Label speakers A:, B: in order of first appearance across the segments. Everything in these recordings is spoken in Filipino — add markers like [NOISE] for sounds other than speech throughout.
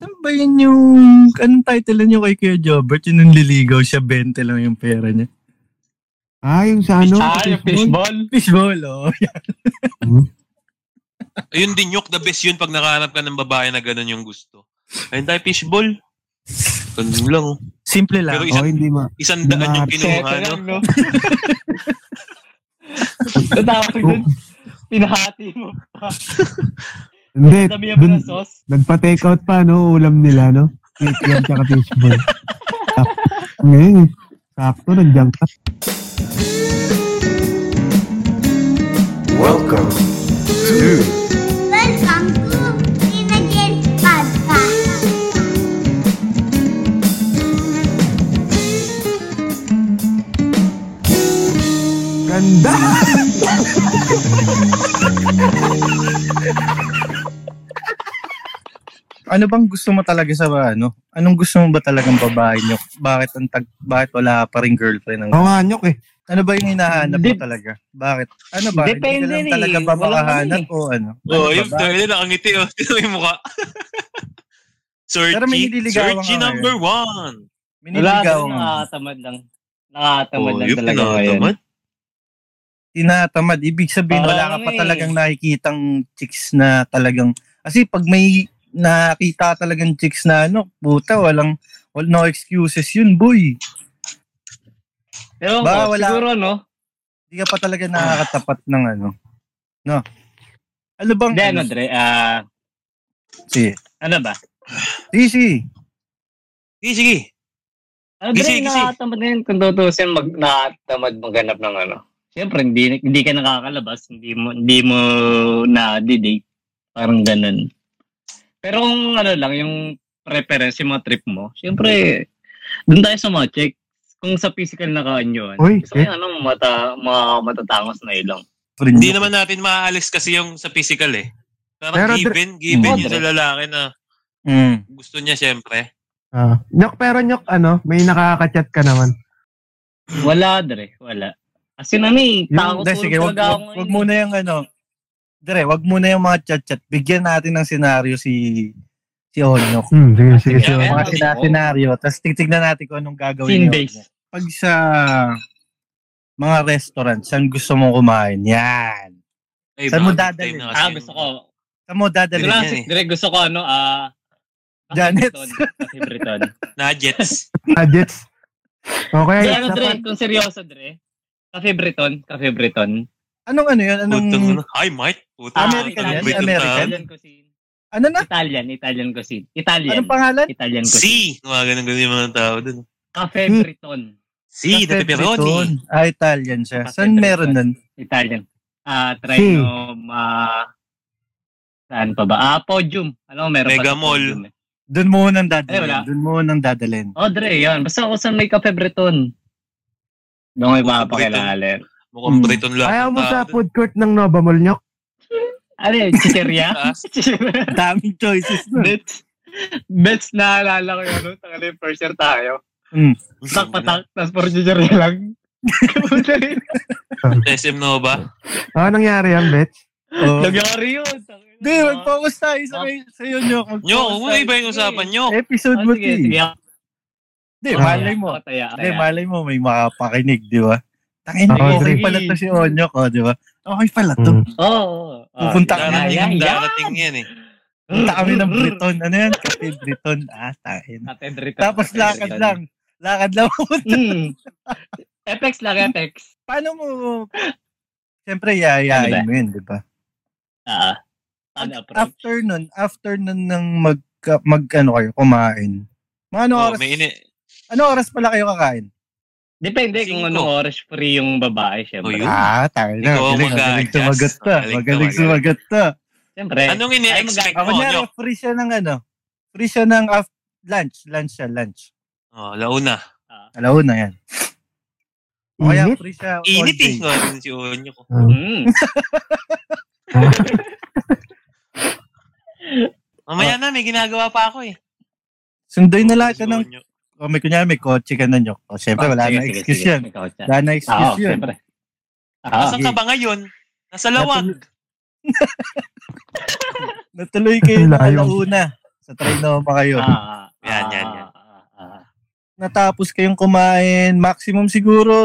A: ba yun yung, anong title niyo kay Kuya Jobert? Yung nanliligaw siya, 20 lang yung pera niya. [LAUGHS]
B: Ah, yung sa ano?
C: ah, yung fishball.
A: Fishball, oh.
D: Ayun din, Yok, the best yun pag nakahanap ka ng babae na ganun yung gusto. Ayun tayo, fishball. Ganun lang.
A: Simple
D: Pero
A: lang.
B: Oh,
D: isang,
B: hindi ma.
D: isang daan
B: Mga
D: yung kinuha,
C: Sete
D: no?
C: lang, no? Tatawag dun. Pinahati mo pa.
B: Hindi,
C: Dami mo
B: dun,
C: ng sauce.
B: nagpa-take out pa, no? Ulam nila, no? Cake lang tsaka fishball. Sak- Ngayon, eh. sakto, nandiyan ka.
E: Welcome to
F: Welcome to Pinagin Podcast.
B: Ganda!
A: Ano bang gusto mo talaga sa ano? Anong gusto mo ba talagang babae niyo? Bakit ang tag, bakit wala pa rin girlfriend? Ang,
B: Oo nga, nyok eh.
A: ano ba yung hinahanap mo
C: Dep-
A: talaga? Bakit? Ano ba? Hindi
C: Depende
A: ka lang
C: eh.
A: talaga ba
C: Wala ka
A: makahanap
C: eh.
A: o ano?
D: Oo, oh,
A: Ano
D: yung
A: ba?
D: dahil nakangiti, oh. [LAUGHS] Tignan mo yung mukha. Searchy,
A: Pero may nililigawan
D: Searchy
A: ka
D: number one.
C: Wala
A: Miniligaw
C: dun,
A: nga.
C: nakakatamad lang. Nakakatamad
D: Oo,
C: lang
D: yung
C: talaga ngayon.
D: Oh, pinakatamad.
A: tinatamad. Ibig sabihin,
C: Parang
A: wala ka pa
C: eh.
A: talagang nakikitang chicks na talagang... Kasi pag may nakita talagang chicks na ano, puta, walang... Well, no excuses yun, boy.
C: Pero
A: Ba,
C: oh,
A: wala.
C: siguro, no?
A: Hindi ka pa talaga nakakatapat ng ano. No? Ano bang...
C: Hindi, ano, Dre, ah,
A: Si,
C: ano ba?
A: si, si.
D: Sige, sige.
A: Hmm.
C: Ano, Dre,
D: Gising, gising.
C: nakakatamad na yun. Kung tutusin, mag, nakakatamad maghanap ng ano. Siyempre, hindi, hindi ka nakakalabas. Hindi mo, hindi mo na-date. Parang ganun. Pero kung ano lang, yung preference, yung mga trip mo, siyempre, doon tayo sa mga check. Kung sa physical na kaanyuan,
B: Uy,
C: gusto ko
A: eh.
C: yung anong mata, mga matatangos na ilong.
A: Friend
D: Hindi
A: mo.
D: naman natin maaalis kasi yung sa physical eh. Parang
B: Pero-
D: given,
C: Mm.
D: given yung sa lalaki na
A: Mm.
D: gusto niya syempre.
B: Ah. Nyok, pero nyok, ano, may nakaka-chat ka naman.
C: Wala, Dre. Wala. As in, ano eh, takot
A: Hindi,
C: tulog
A: sige, wag,
C: talaga
A: wag,
C: ako eh. ngayon.
A: wag muna yung ano. Dire, wag muna yung mga chat-chat. Bigyan natin ng senaryo si si Onyok.
B: Hmm, sige, sige,
C: Ah, Sige, ano?
B: sige.
C: okay.
A: Mga sina- senaryo. Tapos titignan natin kung anong gagawin
C: Scene
A: ni
C: base.
A: Onyok. pag sa mga restaurant, saan gusto mong kumain? Yan.
D: Ay,
A: Saan mo
D: baka
A: dadalhin?
D: time na kasi
C: Ah,
D: yun.
C: gusto ko.
A: Saan mo
C: Gusto
A: dadalhin?
C: lang,
D: yan eh.
C: Dre, gusto ko ano, ah... kasi
A: Janet.
C: Briton. Kasi
A: [LAUGHS]
C: Briton.
D: Nuggets.
B: Gadgets. Okay,
C: Dre, ano, Dre,
B: dapat
C: kung seryoso, Dre. Cafe Briton, Cafe Briton.
A: Anong ano yun? Anong,
D: Putang ano. Hi, Mike. Putang
A: Ah, American
D: ano,
A: yan?
D: Briton
A: American?
D: tahan.
C: Italian cuisine.
A: ano na?
C: Italian, Italian cuisine. Italian.
A: Anong pangalan?
C: Italian
D: C.
C: cuisine.
D: Mga ganun-ganun yung mga tao dun.
C: Cafe
B: Hmm.
C: Briton.
D: C, the pepperoni.
A: Briton. Ah, Italian siya.
C: Cafe
A: Saan
C: Briton.
A: meron nun?
C: Italian. Ah, try
B: Hmm.
C: no, ma... Saan pa ba? Ah, podium. Ano, meron pa
D: Mega
C: sa
D: Mall.
C: podium eh.
A: Doon mo nang
C: Ay, wala.
A: dadalhin. Doon mo nang dadalhin.
C: Oh, Dre, yan. Basta ako saan may Cafe Breton. Doon ko ipapakilala.
D: Mukhang
A: Mm.
D: Briton lang.
B: ayaw mo
C: Ah,
D: ang
B: sa
D: tao dun.
B: food court ng Nova Mall, nyok?
C: Ano yun?
D: [LAUGHS]
C: Chicheria?
D: Taas.
C: Chicheria.
A: Ang Daming choices
C: [LAUGHS]
A: nun.
C: Bets. Bets naalala ko yun. Ano? Taka na yung first year tayo. Takpatak. Tapos puro chicheria
A: [LAUGHS]
C: lang.
D: SM Nova.
B: Ah, nangyari yan, bet?
A: Oh.
C: Nagyari yun. Taka na.
A: Hindi, mag-focus tayo sa, sa iyo, Nyok. Mag-focus
C: Oh,
D: Nyo, kung
A: tayo.
D: iba yung usapan nyo.
A: Episode
C: Ah,
A: mo,
C: sige,
A: T.
C: sige. Ah.
A: Hindi,
C: Ako
A: malay
C: taya,
A: mo.
C: ako taya,
A: Hindi,
C: taya.
A: malay mo, may makapakinig, di ba? Tangin,
B: Ako,
A: okay
B: sige.
A: pala to si Onyok, oh, di ba? Okay pala to.
B: Hmm.
C: Oo, Oo. oo.
A: Pupunta ka na
C: Darating-
D: Darating,
C: yan.
D: darating yan eh.
A: Punta kami ng Briton. Ano yan? Cafe Briton. Ah, tayo.
C: Cafe Breton.
A: Tapos
C: Cafe
A: lakad
C: Breton.
A: lang. Lakad lang. [LAUGHS]
C: Hmm. Apex lang, Apex.
A: Paano mo... Siyempre, yayain
C: Ano ba?
A: mo yun, di ba?
C: Ah. Ano, approach?
A: After nun, after nun ng mag, mag ano kayo, kumain. Mga ano
D: Oh,
A: oras,
D: may ini.
A: ano oras pala kayo kakain?
C: Depende kung
D: Cinco.
C: anong oras free yung babae,
D: Oh,
C: syempre.
D: yun.
A: Ah, tayo na.
D: Ikaw ang
A: Magaling, magaling
D: mag-a-adjust.
A: sumagot ka.
D: Magaling
A: Magaling
D: ka,
A: sumagot ka.
C: Siyempre.
D: Anong ini-expect
C: Ay,
A: Ako
D: mo,
A: niya,
D: Nyo?
A: free siya ng ano. Free siya ng af- lunch. Lunch siya, lunch.
D: Oh, launa.
A: Alauna yan. O kaya
B: Init?
A: free siya all
D: Init eh.
A: day.
D: Nga rin si Onyo ko.
B: Hmm.
C: Mm.
D: Mamaya na, may ginagawa pa ako eh.
A: Sundoy na lahat
D: Si
A: ka ng
D: Onyo.
A: O Oh, may kunyari, may kotse ka na nyo. O, syempre, wala
C: Oh, Sige,
A: na
C: sige,
A: excuse
C: sige.
A: yan.
C: Ikaw, Chad.
A: Wala na
C: Oo,
A: excuse yun.
C: siyempre. Ah,
D: Nasaan ka ba ngayon? Nasa lawag.
A: Natuloy kayo ng
B: Layo.
A: alauna. Sa Trinoma kayo.
C: Ah,
D: Yan,
C: ah,
D: yan, yan.
C: ah, ah, ah.
A: Natapos kayong kumain, maximum siguro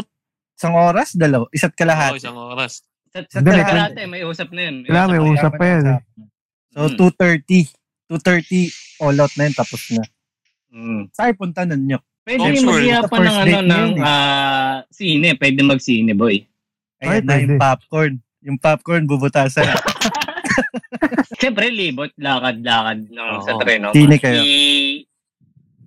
A: isang oras, dalawa, isa't
D: Oo,
A: kalahati.
D: Oh, isang oras.
C: Sa-
A: Sa
C: sa
B: Dali,
C: karate, may usap na yun. May
B: Kailangan may
C: na yun.
B: usap pa yan. eh.
A: So,
C: Mm.
A: 2.30. 2.30, all out na yun, tapos na.
C: Mm.
A: Saan punta nun nyo?
C: Pwede
D: Tom's
C: rin
D: World.
C: mag-iapan
A: First
C: ng ano,
A: date
C: ng
A: yun eh.
C: ah, sine. Pwede mag-sine, boy.
A: Ayan
B: Ay,
A: na yung
B: pwede.
A: popcorn. Yung popcorn,
C: [LAUGHS]
A: bubutasan.
C: Siyempre, libot, lakad-lakad ng sa
D: Oo.
C: treno.
A: Sine kayo.
C: I-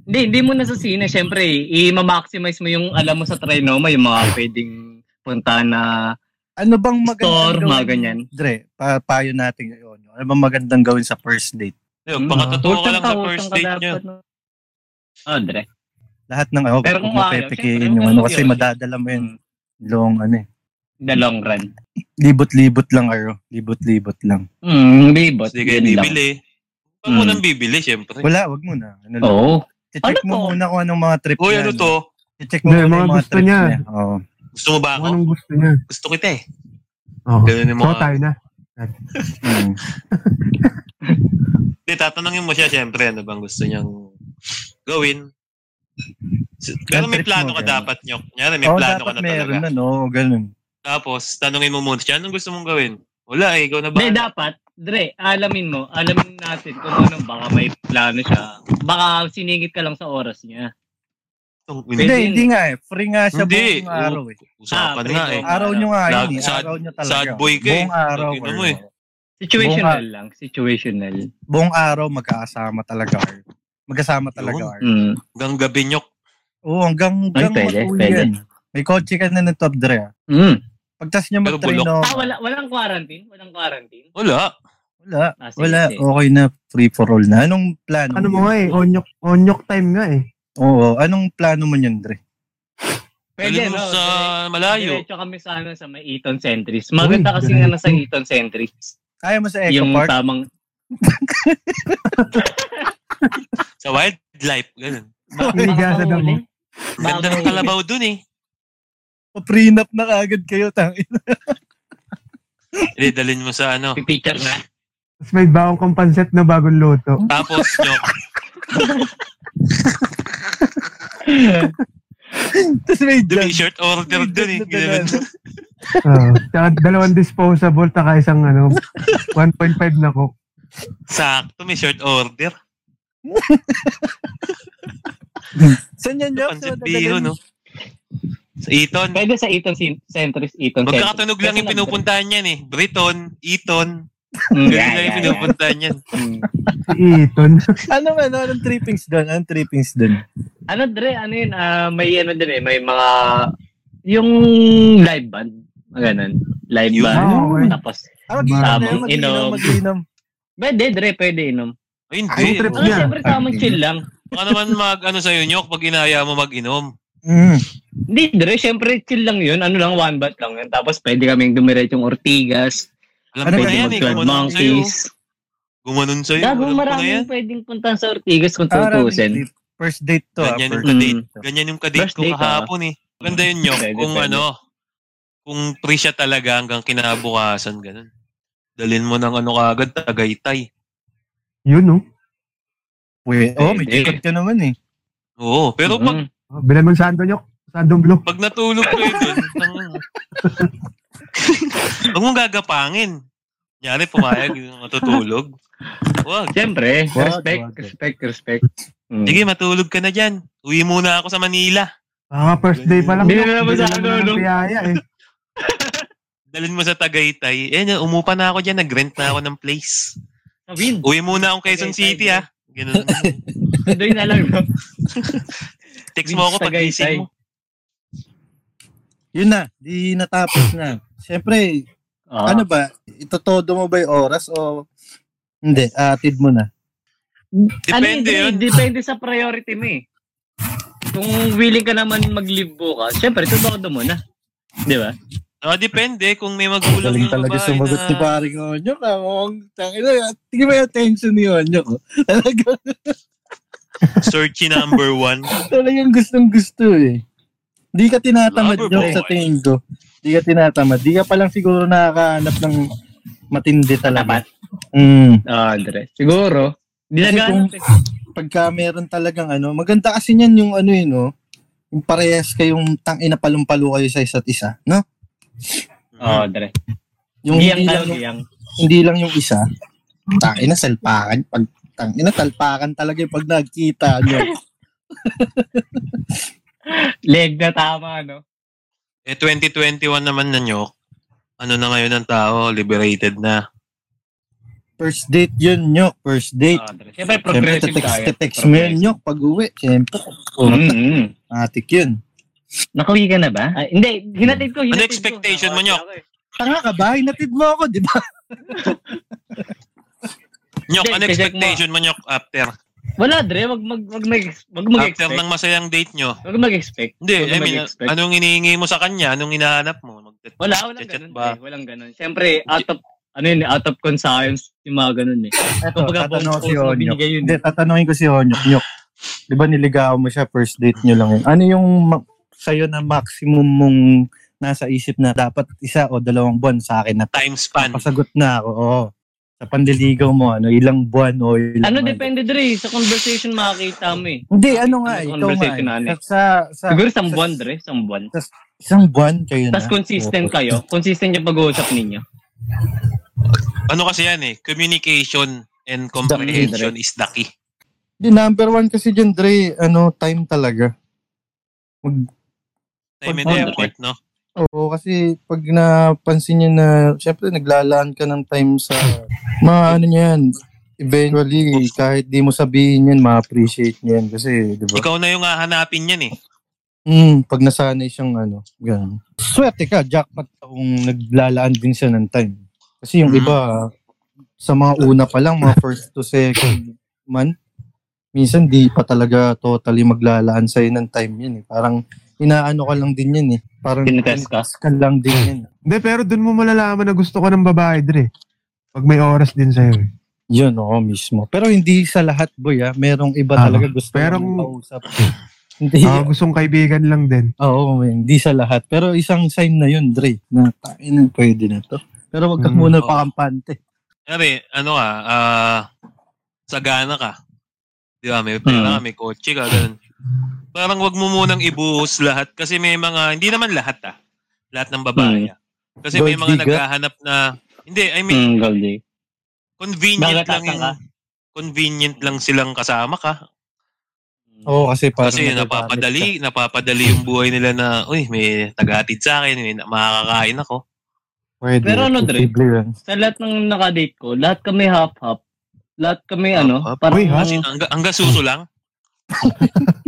C: Hindi, hindi mo na sa sine. Siyempre, eh. i-maximize mo yung alam mo sa treno mo, yung mga pwedeng punta na
A: Ano bang
C: Store,
A: magandang
C: mga ganyan.
A: Dre, pa payo natin yun. Ano bang magandang gawin sa first date?
D: Yung, pakatotoo ka
C: Utang
D: lang sa
C: utang
D: first
C: ka
D: date
C: dapat,
D: niyo.
C: no? Oh, Dre.
A: Lahat ng, oh,
C: Pero
A: Pero
C: kung
A: kung
C: ayaw,
A: mapepekiin
C: syempre,
A: yung ano,
C: ganun
A: kasi
C: yun.
A: madadala mo yun. Long, ano eh.
C: The long run.
A: Libot-libot lang, Aro. Libot-libot lang.
C: Mm, libot.
D: Hindi kayo
C: yun lang.
D: bibili. Huwag mo
C: Mm.
D: nang bibili, syempre.
A: Wala, wag mo na. Ano lang.
C: Oo.
A: Check
C: Ano
A: mo
C: to?
A: muna kung anong mga trip
D: Uy, ano to?
A: Check mo
B: Hindi,
A: muna
B: mga
A: yung mga
B: gusto
A: trip
B: niya.
A: niya. Oo.
D: Gusto mo ba
B: Kung
D: ako?
B: anong gusto niya.
D: Gusto kita eh.
B: Oo.
D: Ganun yung
B: So,
D: mga...
B: tayo na.
D: Hmm.
A: Mm.
D: Hindi, tatanungin mo siya, syempre, ano bang gusto niyang gawin. S- Pero may
A: Trip mo,
D: plano ka
A: ganun.
D: dapat nyo. Kanyari, may
A: Oo,
D: plano ka
A: dapat
D: na
A: meron
D: talaga.
A: na, no? Ganun.
D: Tapos, tanungin mo muna siya, anong gusto mong gawin? Wala eh, ikaw na ba?
C: Hindi, dapat, Dre, alamin mo, alamin natin kung ano, baka may plano siya. Baka siningit ka lang sa oras niya.
A: Hindi,
D: Hindi.
C: Pwede.
A: hindi nga eh. Free nga siya
D: Hindi.
A: buong araw eh.
D: Usapan
C: Ah,
D: nga
C: pre,
D: eh.
A: Araw nyo nga yun
D: Lag-
A: eh.
D: sad-
A: Araw nyo talaga.
D: sad boy ka eh.
A: Buong araw.
D: Tangina
A: Arlo.
D: mo eh.
C: Situational lang, situational.
A: Buong araw magkakasama talaga. Arlo. Magkasama talaga. Arlo.
C: Mm.
D: Hanggang gabi nyo.
A: Oo, hanggang,
C: Ay,
A: hanggang
C: pwede,
A: matuloy
C: pwede.
A: yan. May kotse ka na ng top dre. ah.
C: Mm.
A: Pagtas niya
D: Pero
A: mag-train
D: bulok.
A: no,
C: Ah, wala, walang quarantine? Walang quarantine?
D: Wala.
A: Wala.
C: Ah, sige,
A: Wala.
C: sige.
A: Okay na. Free for all na. Anong plano
B: Ano mo
A: mo?
B: nga eh, onyok, onyok time nga eh.
A: Oo. Anong plano mo niyan, Dre?
D: Pwede mo
C: no,
D: sa
C: Dre?
D: malayo.
C: Diretso kami sa, ano, sa may Eton Centris. Maganda kasi nga nasa Eton Centris.
A: Kaya mo sa Eco
C: Yung
A: Park?
C: [LAUGHS] tamang...
D: Sa wildlife. Ganun.
B: Hindi ka sa damo.
D: Ganda ng kalabaw dun eh.
A: Prenup na agad kayo. Tangin.
D: [LAUGHS] Hindi, dalhin mo sa ano.
C: Pipicture na.
B: Tapos may bawang kang pansit na bagong luto.
D: Tapos nyo.
A: Tapos may
D: Dun
A: jug.
D: eh, shirt order dun eh. Ganun.
B: Oo. Ah, Tsaka dalawang disposable, taka isang ano, 1.5 na coke.
D: Sakto, may shirt order.
A: Saan yan, Jobs?
D: Pansit biro, no? Sa Eton.
C: Pwede sa Eton Sin- Centris, Eton Centris.
D: Magkakatunog lang yung [LAUGHS] pinupuntahan yan eh. Briton, Eton.
C: Mm, yeah,
D: Ganun lang yung
C: yeah, yeah.
D: pinupuntahan yan.
C: Mm.
B: Si Eton.
A: Anong, ano, anong trippings doon? Anong trippings doon?
C: Ano Dre, ano yun, ah, may ano din eh, may mga, yung live band, mga ganun, live
D: Yun.
C: band,
B: Oo, eh.
C: tapos,
A: Ah, mag-inom na
C: Tamang
A: yun, mag-inom,
C: inom. [LAUGHS]
A: mag-inom.
C: pwede Dre, pwede inom.
D: Ay, hindi.
B: Ay, trip
C: Ano,
B: niya.
C: siyempre tamang chill lang.
D: Baka naman mag, ano sa'yo, Nyok, pag inaya mo mag-inom.
A: Mm.
C: Hindi Dre, siyempre chill lang yun, ano lang, one bat lang yun, tapos pwede kaming dumiretso yung Ortigas,
A: Ano
D: Alam ko
A: ba
D: na
C: pwede mag 12
D: yan eh. Gumanon sa'yo.
C: Monkeys.
D: Gumanon sa'yo.
C: Gago,
D: Alam ko na yan.
C: maraming pwedeng puntahan sa Ortigas kung
A: Ah, maraming
C: tutusin. Mm.
A: trip. First date to. Ah,
D: Ganyan
A: first
D: yung kadate.
A: date to.
D: Ganyan yung kadate
C: First
D: ko
C: date, ah.
D: kahapon eh. Maganda yun, Nyok,
C: Pwede,
D: kung
C: pwede.
D: ano, kung free siya talaga hanggang kinabukasan, ganun. Dalhin mo ng ano kagad, tagaytay.
B: [LAUGHS] Yun oh. no?
A: Uy, oh, may
C: Pwede.
A: tikot ka naman eh.
D: Oo, pero pag,
C: Mm.
B: Oh, Bilan mo yung sando nyok. Sandong blok.
D: pag natulog ko yun, dun, huwag mong gagapangin. Nyari, pumayag yung matutulog. Huwag.
C: Siyempre,
A: Wag,
C: respect,
A: wag.
C: respect, respect. Mm.
D: Sige, matulog ka na dyan. Uwi muna ako sa Manila.
B: Baka first day pa lang.
C: Hindi
B: Nyok.
C: na naman sa
B: Bilan
C: ano,
B: mo ng
C: no?
B: Biyaya eh.
D: Dalhin mo sa Tagaytay. Eh, na- umupa na ako dyan. Nag-rent na ako ng place.
C: Sabihin,
D: Uwi muna akong Quezon
C: Tagaytay,
D: City, ah. Ganun.
C: doon na lang.
D: Text mo ako pag
C: Tagaytay.
D: gising mo.
A: Yun na, di natapos na. Siyempre,
C: Ah.
A: ano ba, itotodo mo ba yung oras o hindi, atid mo na.
D: Depende
C: ano, yun,
D: yun.
C: Dre? Depende sa priority mo eh. Kung willing ka naman mag-live bukas, syempre, tutok mo muna. Di ba?
D: Ah, depende kung may magulang
A: Galing
D: yung
A: talaga
D: babae
A: sumagot
D: na-
A: si paring Onyok. ah. Mukhang tangina. Tingin mo yung attention ni Onyok. oh. [LAUGHS] Talaga,
D: Searchy number one.
A: talagang gustong gusto eh. Di ka tinatamad
D: Lover
A: Nyok,
D: boy.
A: sa tingin ko. Di ka tinatamad. Di ka palang siguro nakakahanap ng matindi talaga.
C: Tapat.
A: Mm.
C: Ah, Andre. Siguro.
A: Kasi kung-
C: Dinagaan.
A: pagka meron talagang ano, maganda kasi niyan yung ano yun, no? Yung parehas kayong tangina palumpalo kayo sa isa't isa, no?
C: Oo, dre.
A: Yung
C: Ah, Giyang
A: hindi
C: tayo,
A: lang yung,
C: giyang.
A: hindi lang yung isa. Tangina salpakan, pag tangina talpakan talaga yung pag nagkita niyo.
C: [LAUGHS] Leg na tama, no?
D: Eh, 2021 naman na nyo, ano na ngayon ng tao, liberated na.
A: First date yun, nyok. First date.
C: Oo, dre. Siyempre,
A: Siyempre,
C: Ah, progressive
A: text,
C: tayo.
A: text mo yun, nyok, pag uwi. Siyempre,
C: Mm-hmm.
A: matik yun.
C: Nakuwi ka na ba? Ay, hindi, hinatid ko. Hinatid
D: Ano expectation
C: ko.
D: mo, Nyok?
A: Tanga ka ba? Hinatid mo ako, di ba?
D: Nyok,
C: Hindi, check
D: ano
C: mo.
D: expectation mo, Nyok, after?
C: Wala, Dre. Wag mag wag mag wag
D: After
C: mag-expect.
D: ng masayang date nyo?
C: Wag mag-expect.
D: Hindi,
C: Huwag
D: I mean, ano
C: mag-expect.
D: anong iniingi mo sa kanya? Anong hinahanap mo? Mag-
C: Wala, walang
D: chat
C: ganun.
D: ba?
C: Dre. Walang ganun. Siyempre, out of ano yun, out of conscience, yung mga ganun eh.
A: [LAUGHS] Eto, tatanungin
C: Kumbaga,
A: ko
C: post-post
A: si
C: na
A: Onyok.
C: binigay yun. eh.
A: Hindi, tatanungin ko si Onyok. Nyok, di ba niligaw mo siya, first date nyo lang yun. Ano yung ma- sa'yo na maximum mong nasa isip na dapat isa o dalawang buwan sa akin na
D: Time
C: [LAUGHS]
D: span.
A: pasagot na ako. Oo. Sa pandiligaw mo, ano, ilang buwan o ilang
C: Ano
A: month.
C: depende Dre, sa conversation makakita mo eh.
A: Hindi, ano nga,
C: Ano
A: ikaw nga.
C: conversation na, ano?
A: eh. Sa, sa,
C: Siguro isang
A: sa-
C: buwan Dre, isang buwan.
A: Isang buwan kayo na.
C: Tapos consistent
A: Oo.
C: kayo, consistent yung pag-uusap ninyo.
D: Ano kasi yan eh? Communication and comprehension is the key.
A: Hindi, number one kasi dyan, Dre, ano, time talaga.
D: Time and
C: Oh,
D: effort, no?
A: Oo, kasi pag napansin niya na, syempre, naglalaan ka ng time sa mga ano niyan. Eventually, kahit di mo sabihin yan, ma-appreciate niya yan kasi, di ba?
D: Ikaw na yung hahanapin yan eh.
A: Mm, pag nasanay siyang ano, ganun. Swerte ka, jackpot ka kung naglalaan din siya ng time. Kasi
C: Mm-hmm.
A: yung
D: Mm.
A: iba, sa mga una pa lang, mga first to second man, minsan di pa talaga totally maglalaan sa'yo ng time yun eh. Parang inaano ka lang din yan eh. Parang
C: Tinetest ka?
A: tinetest ka lang din yan.
B: Hindi, pero dun mo malalaman na gusto ko ng babae, Dre. Pag may oras din sa'yo. eh.
A: Yun, oo, mismo. Pero hindi sa lahat, boy, ah. Merong iba
B: Ah,
A: talaga gusto
B: pero-
A: mong kausap. [LAUGHS] hindi,
B: Ah, gustong kaibigan lang din.
A: oo, man, hindi sa lahat. Pero isang sign na yun, Dre, na tayo na, pwede na to. Pero wag kang
B: Mm.
A: muna
D: Oo.
A: pakampante.
D: Kaya ano ka, ah, sagana ka. Di ba? May pera ka,
C: Hmm.
D: may kotse ka, ganun. Parang wag mo munang ibuhos lahat kasi may mga, hindi naman lahat ah. Lahat ng
C: Hmm.
D: babae. ah. Kasi may
A: Gold
D: mga
A: digger?
D: naghahanap na, hindi, I
C: Mm,
D: mean,
C: Goldie.
D: convenient lang
C: Bagatasa
D: yung,
C: ka.
D: convenient lang silang kasama ka.
A: Oo, kasi parang...
D: Kasi
A: nagagamit ka.
D: napapadali, napapadali yung buhay nila na, uy, may tagatid sa akin, may na- makakakain ako.
A: Pwede.
C: Pero ano, Dre?
A: posible yun.
C: Sa lahat ng nakadate ko, lahat kami half-half. Lahat kami ano,
D: Half-half?
C: parang...
B: Uy, half?
D: Kasi hangga, hangga suso lang.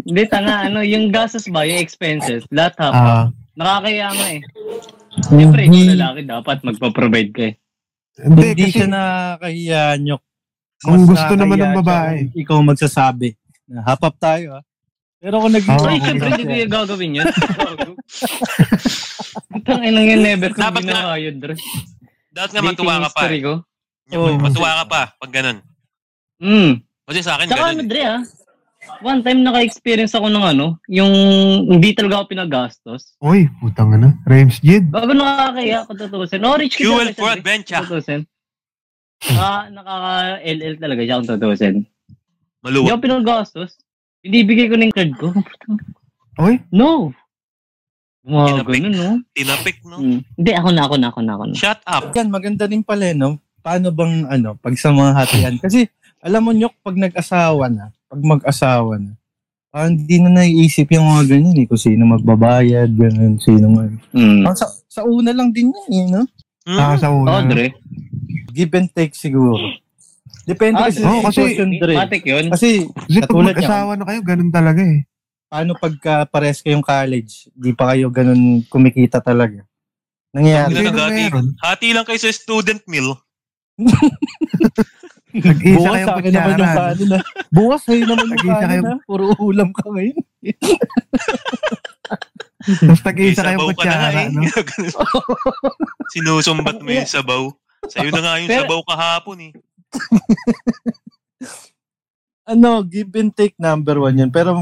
C: Hindi, tanga. Ano, yung gastos ba, yung expenses, lahat half.
B: Ah,
C: Nakakaya nga eh.
A: Mm-hmm.
C: Siyempre, ikaw lalaki dapat magpa-provide ka eh.
B: hindi,
A: Hindi
B: kasi
A: siya nakakahiya nyok.
B: kung
A: Mas
B: gusto naman ng
A: nakakahiya
B: babae.
A: siya kung Ikaw magsasabi. na Hapap tayo, ah. Pero kung naging...
B: Oo,
C: Ay,
B: okay.
C: siyempre, hindi ko yung gagawin [LAUGHS] yun. Ang inang yun, never ko
D: Dapat
C: ginawa yun, Dre.
D: Dapat nga matuwa ka pa. eh.
C: Dating history ko.
A: Oo.
D: Matuwa ka pa pag ganun.
C: Mm.
D: Kasi sa akin,
C: Tsaka ano,
D: ganun. eh.
C: Dre, ah. One time naka-experience ako ng ano, yung hindi talaga ako pinagastos.
B: Uy, putang na. Rames Jid.
C: Bago nakakaya ako tutusin. No, rich kita.
D: Fuel for adventure.
C: Tutusin. Ah, nakaka-LL talaga siya kung tutusin. Hindi
D: Maluwag.
C: ako pinagastos. Binibigay ko na yung card ko.
B: Uy,
C: No! Wow,
D: Kinapik.
C: ganun, no?
D: Tinapik, no?
C: Hmm. Hindi, ako na, ako na, ako na, ako na.
D: Shut up.
A: Yan, maganda rin pala, eh, no? Paano bang, ano, pag sa mga hatian? Kasi, alam mo, Nyok, pag nag-asawa na, pag mag-asawa na, parang hindi na naiisip yung mga ganyan, eh, kung sino magbabayad, ganun, sino man.
C: Mm.
A: Parang sa, sa una lang din yan, eh, no?
D: Hmm?
B: ah, sa
C: Oh,
B: una.
C: Dre.
A: Give and take siguro. Depende
C: Ah,
A: oh, kasi
B: oo,
A: sa
B: kasi-
A: situation, Dre.
C: Matik yun.
A: Kasi,
B: Kasi pag
A: Katulad niya.
B: mag-asawa na kayo, ganun talaga eh.
A: paano pagka pares kayong college, di pa kayo ganun kumikita talaga? Nangyayari.
D: Hindi
B: Sino
D: na gagi.
B: meron?
D: Hati lang kayo sa student meal.
B: Nag-isa
A: Bukas
B: kayong
A: sa akin naman yung
B: kutsaran.
A: kanin, ah. Bukas sa'yo naman yung
B: Nag-isa
A: kanin,
B: kayo-
A: ah. Puro ulam ka ngayon.
B: Tapos nag-isa
D: May
B: kayong
D: sabaw ka na nga
B: kutsara,
D: eh.
B: no?
D: [LAUGHS] Ganun. Sinusumbat mo yung sabaw. Sa'yo na nga yung
C: Pero-
D: sabaw kahapon eh.
A: ano, give and take number one yun. Pero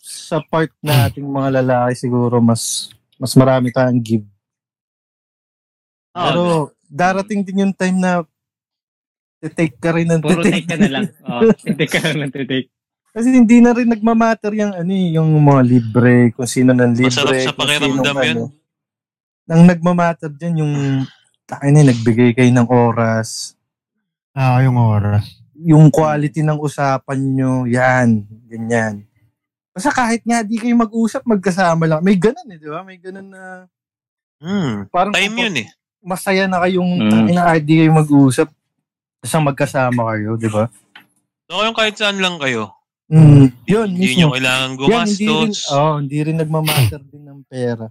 A: sa part
C: [CLEARS THROAT]
A: na ating mga lalaki siguro mas mas marami tayong give.
C: Oh,
A: Pero darating din yung time na Titake ka rin ng
C: Puro
A: titake.
C: take ka na lang. Oh, take ka na lang take.
A: [LAUGHS] Kasi hindi na rin nagmamatter yung ano eh, yung mga libre, kung sino ng libre.
D: Masarap sa
A: kung
D: pakiramdam
A: sinong
D: yun.
A: Ang nagmamatter dyan yung, tayo na, nagbigay kayo ng oras.
B: Ah, yung oras.
A: Yung quality ng usapan nyo, yan, ganyan. Basta kahit nga di kayo mag-usap, magkasama lang. May ganun eh, di ba? May ganun na
D: Hmm.
A: parang
D: Time yun eh.
A: masaya na kayong
C: Mm.
A: mm. na kahit di kayo mag-usap. Basta magkasama kayo, di ba?
D: So, yung kahit saan lang kayo.
A: Mm. Yun,
D: Hindi
A: mismo.
D: nyo kailangan
A: Yan, hindi rin,
D: gumastos.
A: oh, hindi rin nagmamatter din ng pera.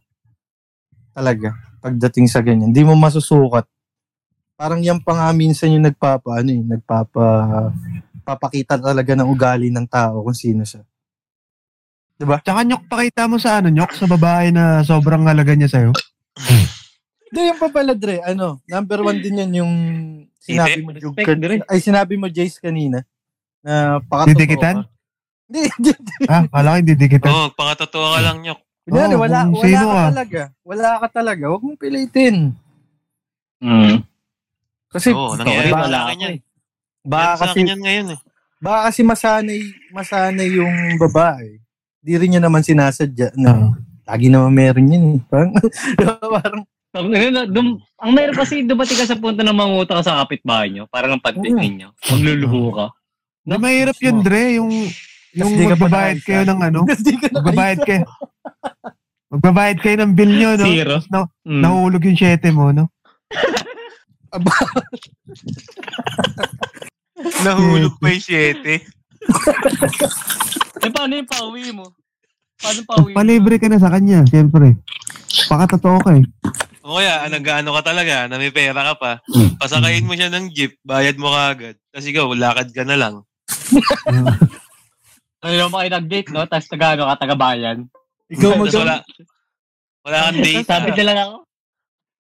A: Talaga. Pagdating sa ganyan. Hindi mo masusukat. Parang yan pa nga minsan yung nagpapa, ano eh, nagpapa, papakita talaga ng ugali ng tao kung sino siya.
B: Tsaka nyok, pakita mo sa ano, nyok, sa babae na sobrang halaga niya sa'yo.
A: Hindi, yung papala, Dre, ano, number one din yan yung sinabi mo, Jug,
C: Respect, Dre.
A: ay sinabi mo, Jace, kanina, na pakatotoo
B: Didikitan?
A: ka. Hindi, hindi.
B: Ah, kala ko hindi dikitan.
D: Oo, oh, pakatotoo ka lang nyo.
A: Kunyari,
B: Oo,
A: wala,
B: kung
A: wala
B: sino
A: ka
B: ka.
A: talaga. Wala ka talaga. Huwag mong pilitin.
C: Mm.
A: Kasi,
D: Oo, nangyayari
A: baka-
D: wala ka niyan.
A: Baka
D: Yan sa
A: kasi
D: akin yan ngayon eh.
A: Baka kasi masanay, masanay yung babae. Di rin niya naman sinasadya
B: Ah.
A: na lagi naman meron yun. eh. Parang, [LAUGHS] parang
C: So, yun, dum, ang meron kasi dumating ka sa punto na manguta ka sa kapitbahay nyo, parang ang pagtingin nyo, magluluho ka.
B: Na mahirap yun, Dre, yung, yung
A: di ka pa
B: magbabayad
A: nakaisa.
B: kayo ng ano,
A: di ka na
B: magbabayad kayo. Magbabayad kayo ng bill nyo, no?
C: Zero.
B: Tapos Na,
A: Hmm.
C: Mm.
B: Nahulog yung 7 mo, no?
D: [LAUGHS] Nahulog pa yung 7.
C: Eh, paano yung pauwi mo? Paano pauwi mo?
B: Palibre ka na sa kanya, siyempre. Pakatotoo ka eh.
D: [LAUGHS] O kaya, ah, nag-ano ka talaga, na may pera ka pa, pasakayin mo siya ng jeep, bayad mo kaagad. Tapos ikaw, lakad ka na lang.
C: Ano mo kayo nag-date, no? Tapos taga-ano ka, taga-bayan.
A: Ikaw mag-
D: Tapos wala, wala kang data.
C: Sabi na lang ako.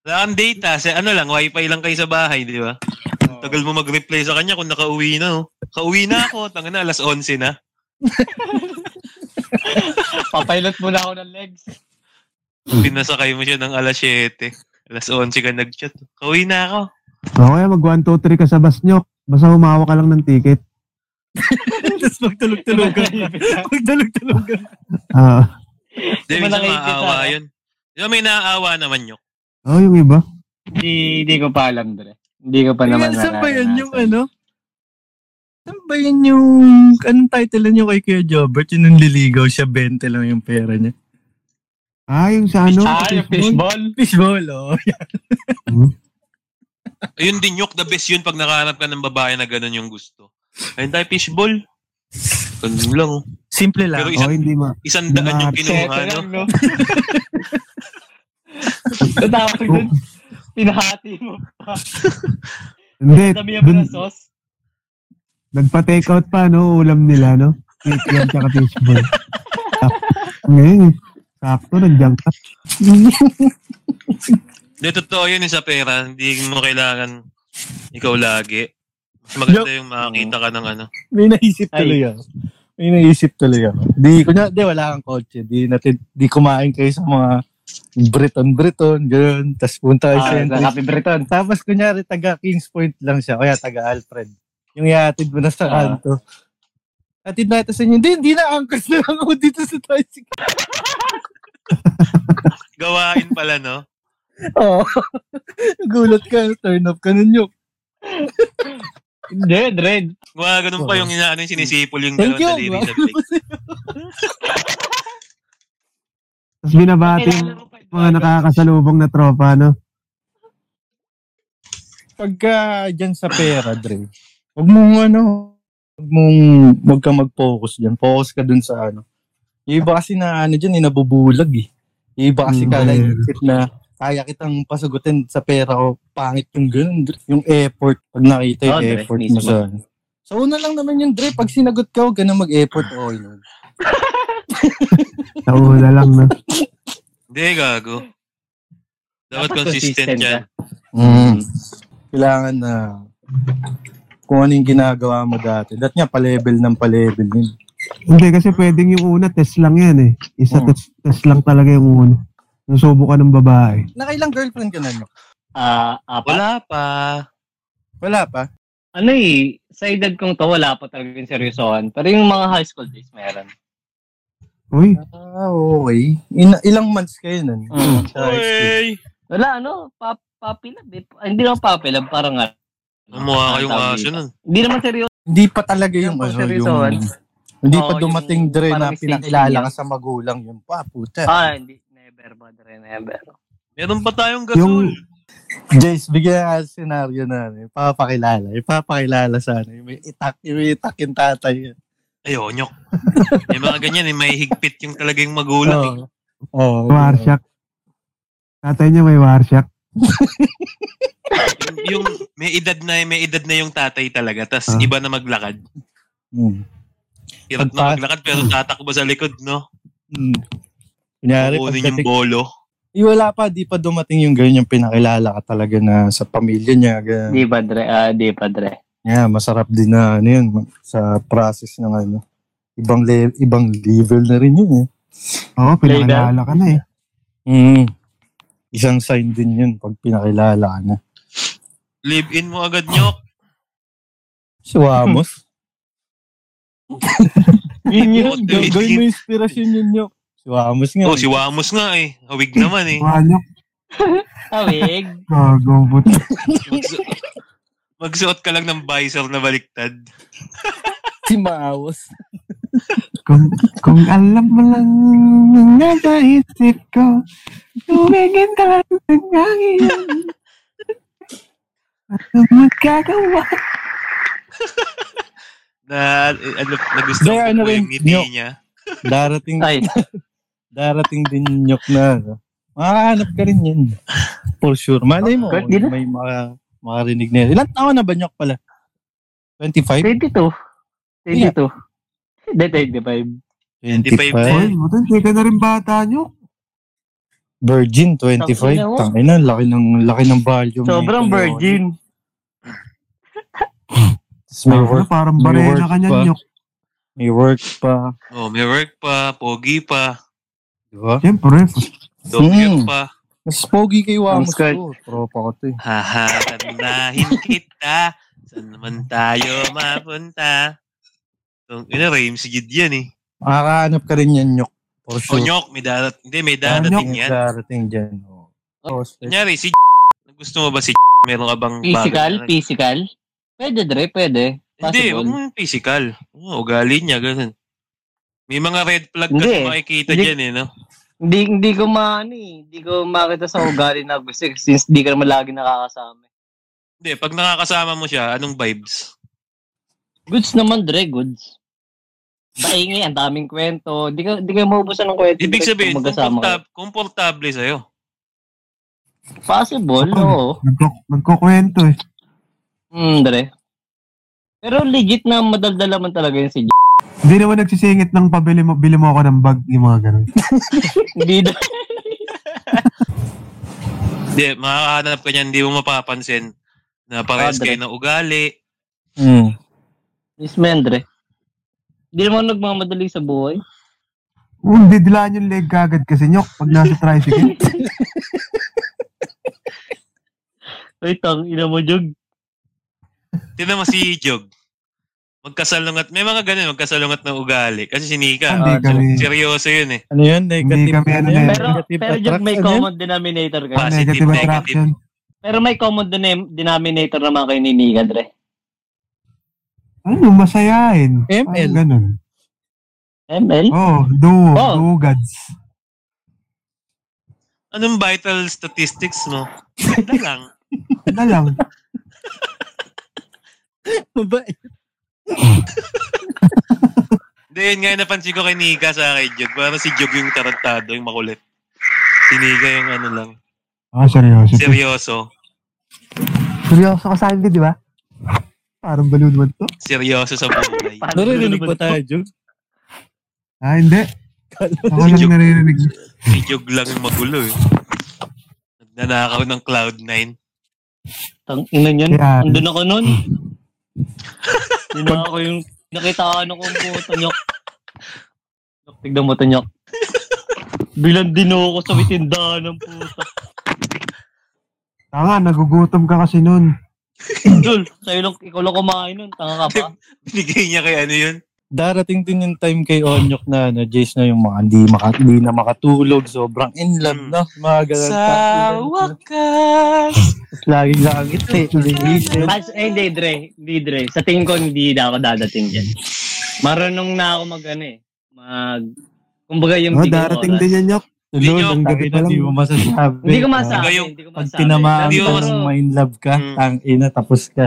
D: Wala kang data. Sa ano lang, wifi lang kayo sa bahay, di ba? Tagal mo mag-reply sa kanya kung nakauwi na. Oh. Kauwi na ako, tanga na, alas 11 na.
C: Papailot muna ako ng legs.
D: [LAUGHS] Pinasakay mo siya ng alas 7. Alas 11 ka nag-chat. Kauwi na ako.
B: O kaya mag 1, 2, 3 ka sa bus nyo. Basta humawa ka lang ng ticket.
A: Tapos [LAUGHS] magtulog-tulogan ka. Magtulog-tulogan ka.
B: Ah,
D: Di ba
C: Malaki kita,
D: maaawa
C: no?
D: yun? Di ba may naaawa naman yun?
B: oh, yung iba.
C: [LAUGHS] Hindi, hindi ko pa alam, Dre. Hindi ko pa naman
A: Yan, saan ba yan
C: naranasan.
A: yung ano? Saan ba yan yung, anong title niyo kay Kuya Jobert? Yung nung liligaw siya, 20 lang yung pera niya. [LAUGHS]
B: Ah, yung sa ano?
C: Ah, yung fishball.
A: Fishball, oh.
D: Ayun din, Yok, the best yun pag nakahanap ka ng babae na ganun yung gusto. Ayun tayo, fishball. Ganun lang. oh.
A: Simple lang.
D: Pero isang,
B: Oh, hindi ma.
D: isang daan yung ano?
B: Mga
D: kinuha, no?
C: no? [LAUGHS] Tatawag dun. Pinahati mo pa.
B: Hindi,
C: Dami mo
B: dun,
C: ng sauce.
B: nagpa-take out pa, no? Ulam nila, no? Itlog tsaka fishball. Ah, ngayon, eh. sakto, nandiyan ka.
D: Hindi, totoo yun yung sa pera. Hindi mo kailangan ikaw lagi. Mas maganda yung makakita ka ng ano.
A: May naisip
C: Ay.
A: tuloy ako. May naisip tuloy ako. Di, kunya, di wala kang kotse. Di, natin, di kumain kayo sa mga Briton-Briton, ganun. Tapos punta kayo
C: Ah,
A: sa
C: sa
A: Entry.
C: Happy Briton.
A: Tapos kunyari, taga Kings Point lang siya. Kaya taga Alfred. Yung iatid mo na sa
C: Ah.
A: kanto. Atid na ito sa inyo. Hindi, hindi na. Angkas na lang ako dito sa tricycle.
D: Gawain pala, no?
A: Oo. [LAUGHS] Gulat ka. Turn off ka ninyo.
C: Hindi, Dre.
D: Mga ganun pa yung inaano yung sinisipol yung
A: Thank
D: dalawang
A: you.
D: daliri sa bike.
B: Tapos binabati yung
C: Kailangan mo pa
B: mga
C: ano. ibago.
B: nakakasalubong na tropa, no?
A: [LAUGHS] Pagka dyan sa pera, Dre, huwag mong ano, huwag mong, huwag ka mag-focus dyan. Focus ka dun sa ano. Yung iba kasi na ano dyan, eh, nabubulag eh. Yung iba kasi
B: Mm.
A: kala inisip na kaya kitang pasagutin sa pera o pangit yung ganun, Dre. Yung effort, pag nakita yung
C: Oh, Dre,
A: effort mo
C: mismo.
A: sa ano. So, una lang naman yung Dre, pag sinagot ka, huwag ka na mag-effort. Oh, yun.
B: Sa una lang, no?
D: Hindi, gago. Dapat consistent yan.
A: Mm. Kailangan na kung ano yung ginagawa mo dati. Dati nga, pa-level ng pa-level yun.
B: Hindi, kasi pwedeng yung una, test lang yan, eh. Isa
A: Hmm.
B: test, test lang talaga yung una. Nasubo ka ng babae.
A: Nakailang girlfriend ka na, no?
C: Ah, apat.
D: Wala pa.
A: Wala pa?
C: ano eh, sa edad kong to, wala pa talaga yung seryosohan. Pero yung mga high school days, meron.
B: Uy,
A: Ah, okay. Ina- ilang months kayo nun?
C: Mm.
A: Sa high school?
D: Uy!
C: Wala, ano, pap papilab eh. Ah, Hindi lang papilab, parang nga.
D: Kumuha kayong aso nun.
C: Hindi naman seryoso.
A: Hindi pa talaga yung,
C: Yung
A: ano,
C: seryosohan.
A: yung, hindi pa
C: Oo,
A: dumating
C: yung
A: dre na
C: parang
A: pinakilala ka
C: stage
A: sa magulang yun pa, puta.
C: Ah, hindi. Never, brother, never.
D: Meron pa
B: yung
D: tayong gasol.
A: Jace, bigyan ka ng senaryo na, ano, ipapakilala, ipapakilala sana. ano, May itak, may itak yung tatay yun.
D: Ayo, nyok. May mga ganyan, eh, may higpit yung talagang magulang. eh.
A: Oo. Oo.
B: warsyak. Tatay niya may warsyak.
D: Yung, yung may edad na may edad na yung tatay talaga, tas
B: Ah.
D: iba na maglakad.
A: Mm.
D: Hirap
A: Pagpa-
D: na maglakad pero tatakbo sa likod, no?
A: Mm. Kunyari,
D: Kukunin yung
A: pagdating-
D: bolo.
A: Eh, wala pa, di pa dumating yung ganyan, yung pinakilala ka talaga na sa pamilya niya. Ganyan.
C: Di ba, Dre? Ah, di ba, Dre?
A: Yeah, masarap din na ano yun, sa process ng ano. Ibang, le- ibang level na rin yun eh.
B: Oo,
C: Play
B: pinakilala ka na eh.
A: Mm. Isang sign din yun pag pinakilala ka na.
D: Live in mo agad, nyok.
A: Si Wamos. [LAUGHS] yun
D: yun, ga- gawin mo
A: inspirasyon yun yun. Si Wamos nga.
D: Oh, si Wamos nga eh. Hawig naman eh.
B: Wanyok,
C: Awig.
B: gago puto.
D: Magsu- Magsuot ka lang ng visor na baliktad.
A: si Maawos.
B: Kung, kung alam mo lang na sa isip ko, tumingin ka lang ng akin. Ano magkagawa?
D: Na, eh, ano, nagustuhan
A: Kaya
D: ko
A: ano
D: po
A: rin,
D: yung ngiti
A: nyok.
D: niya.
A: Darating,
C: Ay, [LAUGHS]
A: darating din yung nyok na. ano. Makakahanap ka rin yun. For sure. Malay mo,
C: Kurt, di na.
A: may maka, makarinig na yun. Ilan taon na ba nyok pala? 25?
C: 22. 22. Hindi,
A: 25.
C: 25.
B: Uy, buto, hindi ka na rin bata nyo.
A: Virgin, 25.
C: Tangina mo.
A: Tangina, laki ng, laki ng volume.
C: Sobrang
A: nito, no?
C: virgin.
A: Tapos May
B: Ano,
A: work,
B: parang
A: may
B: barena
A: work
B: ka niyan
A: pa.
B: nyo.
A: may work pa.
D: Oh, may work pa, pogi pa,
A: Di ba?
B: Siyempre,
A: Hmm.
D: dobyot pa.
A: Mas pogi kay Wamos
C: Ang skirt.
A: to. Tropa ko to eh. [LAUGHS]
D: Hahakandahin kita. Saan naman tayo mapunta? Itong ina, Rames Gid yan eh.
A: Makakahanap ka rin yan, nyok. For
D: O
A: sure.
D: Oh, nyok, may darat, hindi, may
A: Ah,
D: darating
A: nyok,
D: yan.
A: Darating dyan. Oh.
D: Kunyari, si gusto mo ba si meron ka bang bagay
C: Physical,
D: na-
C: physical. Pwede, Dre, pwede.
D: Hindi, huwag mo
C: Possible.
D: yung physical. Oo, ugali niya, ganun. May mga red flag
C: Hindi
D: kasi
C: eh.
D: makikita
C: Hindi.
D: dyan eh, no?
C: Hindi, hindi ko maano eh. Hindi ko makita sa ugali na gusto ko, since di ka naman lagi nakakasama.
D: Hindi, pag nakakasama mo siya, anong vibes?
C: Goods naman, Dre, goods. Paingi, ang daming kwento. Di ka, di ka maubusan ng kwento.
D: Ibig
C: Dre,
D: sabihin,
C: kung magkasama kayo.
D: komportab- komportable sa'yo.
C: Possible, oo.
B: nagko- nagkukwento eh.
C: Hmm, Dre. Pero legit na madaldala man talaga yun si J.
B: Hindi naman nagsisingit ng pabili mo, bili mo ako ng bag, yung mga ganun.
C: Hindi na.
D: Hindi, makakahanap ka niyan, hindi mo mapapansin na parehas
C: Padre.
D: kayo ng ugali.
A: Mm.
C: Yes, man, Dre. Hindi naman nagmamadali sa buhay.
B: Oh, didilaan yung leg kagad kasi nyok pag nasa
A: [LAUGHS]
B: tricycle.
C: Ay, tang, ina mo, Jog.
D: Tinan mo si Jog. Magkasalungat. May mga ganun, magkasalungat ng ugali. Kasi sinika. ah,
B: Hindi kami.
D: Seryoso yun eh.
A: Ano yun? Negative.
B: Hindi kami
A: ano
B: ano
A: yun?
B: eh.
C: Pero,
A: Negative
C: pero Jog, may
A: attraction yun?
C: common denominator ka.
D: Pas-
B: Negative
D: Positive, negative.
B: attraction.
C: Pero may common denom- denominator naman kay Nini ka, Dre.
B: Ano, masayain.
A: ML.
B: Parang ganun.
C: ML?
B: Oh, duo.
C: Oh.
B: Duo gods.
D: Anong vital statistics mo? Ganda lang.
B: Ano lang.
A: Mabait.
D: Hindi, yun nga yung napansin ko kay Nika sa kay Jog. Parang si Jog yung tarantado, yung makulit. Si Nika yung ano lang.
B: Ah, seryoso.
D: Seryoso.
B: Seryoso ka sa akin, di ba? Parang baludwan to.
D: Seryoso sa buhay.
C: Paano
A: Naririnig
C: ba
A: ba tayo, Jules?
B: Ah, hindi. Ako
D: Si
B: lang
D: Jog.
B: naririnig.
D: Si Jog lang yung magulo eh. Nanakaw ng Cloud9.
C: Tang ina niyan.
B: Yeah.
C: Andun ako [LAUGHS] nun. Yun na ako yung nakita ko ano kung puto nyok. Nyok, tignan mo to nyok. Bilang dino ko sa [LAUGHS] may tindahan ng puta.
B: Tanga, nagugutom ka kasi nun.
C: Jul, sa'yo lang, ikaw lang kumain nun. Tanga ka pa.
D: [LAUGHS] Binigay niya kay ano yun?
A: Darating din yung time kay Onyok na ano, Jace na yung mga hindi, maka, hindi na makatulog, sobrang in love
D: Hmm.
A: na, mga ganun.
D: wakas.
A: Lagi na ang ngiti. Listen.
C: Mas, eh, hindi, Dre. Hindi, Dre. Sa tingin ko, hindi na ako dadating dyan. Marunong na ako mag, ano eh. Mag, kumbaga yung
B: Oh,
C: tigil
B: darating
C: oras.
B: din yan, Nyok.
A: Lol,
D: Hindi
A: ang
B: nyo-
A: gabi na di mo masasabi.
C: Hindi ko masabi.
D: Kayo-
C: hindi ko
A: Pag
C: masabi.
A: tinamaan
D: Hindi
A: ka
D: ko
C: Pero,
A: ng main love ka,
D: Hmm.
A: ang ina, tapos ka.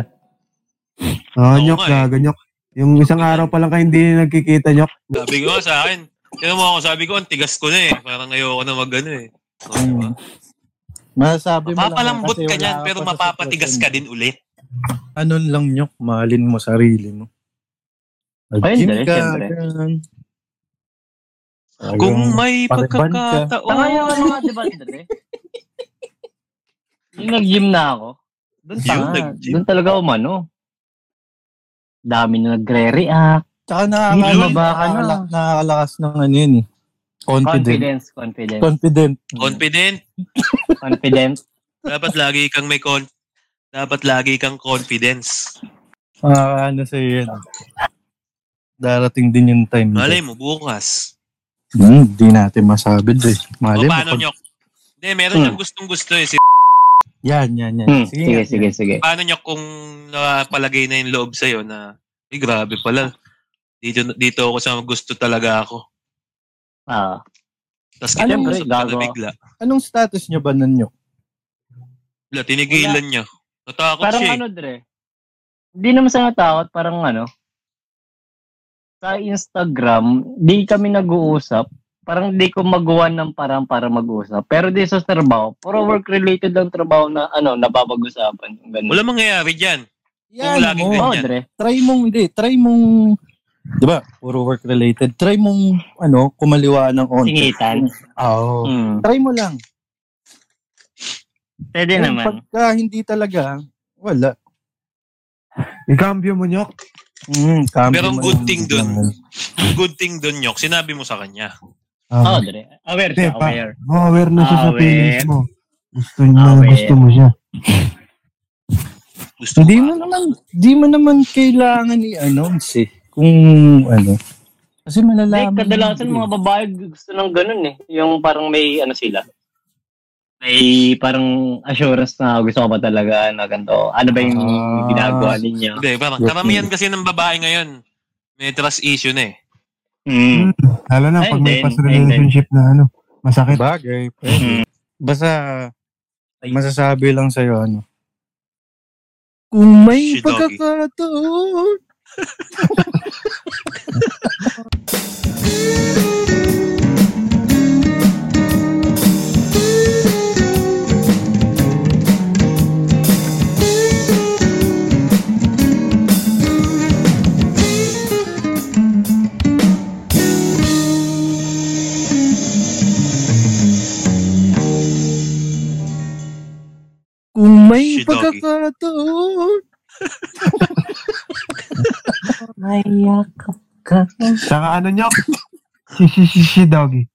B: Oh,
D: Oo
B: Nyok,
D: nga eh.
B: gago, Nyok. Yung isang araw pa lang kayo hindi nagkikita, Nyok.
D: Sabi ko nga sa akin. Kaya mo ako, sabi ko, ang tigas ko na eh. Parang ayoko na mag ano eh. O, diba?
A: Hmm. Masasabi mo lang
D: Mapapalambot
A: kasi
D: ka
A: wala
D: niyan,
A: pa
D: pero
A: sa
D: mapapatigas
A: sitwasyon.
D: ka din ulit.
A: Ano lang nyok, mahalin mo sarili mo.
C: Ayun,
A: Mag-gym
C: dali,
A: ka,
C: syempre.
A: ganun.
D: Kung may
A: pariban ka.
C: Tanga
D: pagkakataon.
C: yung ano nga, di ba, Dre? Yung nag-gym na ako. Doon
D: Yung
C: tanga.
D: nag-gym?
C: Doon talaga umano. Dami na nagre-react.
A: Tsaka nakakalakas,
C: Lumaba ka na.
A: nakakala- nakakalakas ng ano yun eh. Confident.
C: Confidence, confidence,
A: Confident.
D: Confident.
C: confidence.
D: Dapat lagi kang may con... Dapat lagi kang confidence.
A: Ah, ano sa'yo yun. Darating din yung time.
D: Malay mo, bukas.
A: Hmm, di natin masabi dre.
D: O
A: Malay mo.
D: paano
A: pag-
D: nyo? Hindi, meron
C: Hmm.
D: siyang gustong gusto eh. Si
A: Yan, yan, yan.
C: Hmm,
A: nga,
C: sige, sige, sige.
D: paano nyo kung napalagay na yung loob sa'yo na, eh, grabe pala. Dito, dito ako sa gusto talaga ako.
C: Ah,
D: Tapos
A: Ano,
D: kitang
C: pre,
D: gusto ka na
C: gago.
D: bigla.
A: Anong status nyo ba nun nyok?
D: Wala, tinigilan niya. Natakot
C: parang
D: siya eh.
C: ano, Dre? Hindi naman sa natakot, parang ano, sa Instagram, di kami nag-uusap. Parang di ko magawa ng parang para mag-uusap. Pero di sa trabaho, puro work-related lang trabaho na ano, napapag-usapan. Ganun.
D: Wala mangyayari dyan. Kung lagi
A: mo.
D: ganyan.
C: Oo, Dre.
A: oh. Try mong, hindi, try mong, di ba, puro work related. Try mong, ano, kumaliwa ng on.
C: Singitan.
A: Oo.
C: Mm.
A: Try mo lang.
C: Pwede
A: Yung
C: naman.
A: Pagka hindi talaga, wala.
B: Ikambyo mo, Nyok.
A: Mm, kami
D: Pero
A: mo
D: ang
A: lang
D: good thing dun,
A: lang.
D: good thing dun, Nyok, sinabi mo sa kanya.
C: Oo,
B: Ah,
C: Dre. Aware
B: Hindi,
C: siya,
B: pa-
C: aware.
B: oh, aware na siya sa
C: Aware.
B: feelings mo. Gusto niya,
C: Aware.
B: gusto mo siya.
D: Gusto
A: Hindi
D: ka.
A: mo naman, di mo naman kailangan i-announce eh. Kung ano. Kasi
C: Hindi,
A: malalaman.
C: kadalasan
A: mo
C: mga babae gusto ng ganun eh. Yung parang may ano sila. May parang assurance na gusto ko ba talaga na ganito. Ano ba yung
A: Ah.
C: ginagawa ninyo?
D: Hindi, parang
A: Yes,
D: karamihan kasi ng babae ngayon, may trust issue na eh.
C: Mm.
B: Lalo na
C: Ayun
B: pag may
C: din,
B: past
C: ayun
B: relationship na ano, masakit.
A: eh. Bagay.
C: Mm.
A: Basta, masasabi lang sa'yo ano. Kung may
D: Shit, doggy.
A: pagkakataon. Kung may
D: Shit, doggy.
A: pagkakataon.
B: [LAUGHS] Saka ano, Nyok? Si, si, si, si, doggy.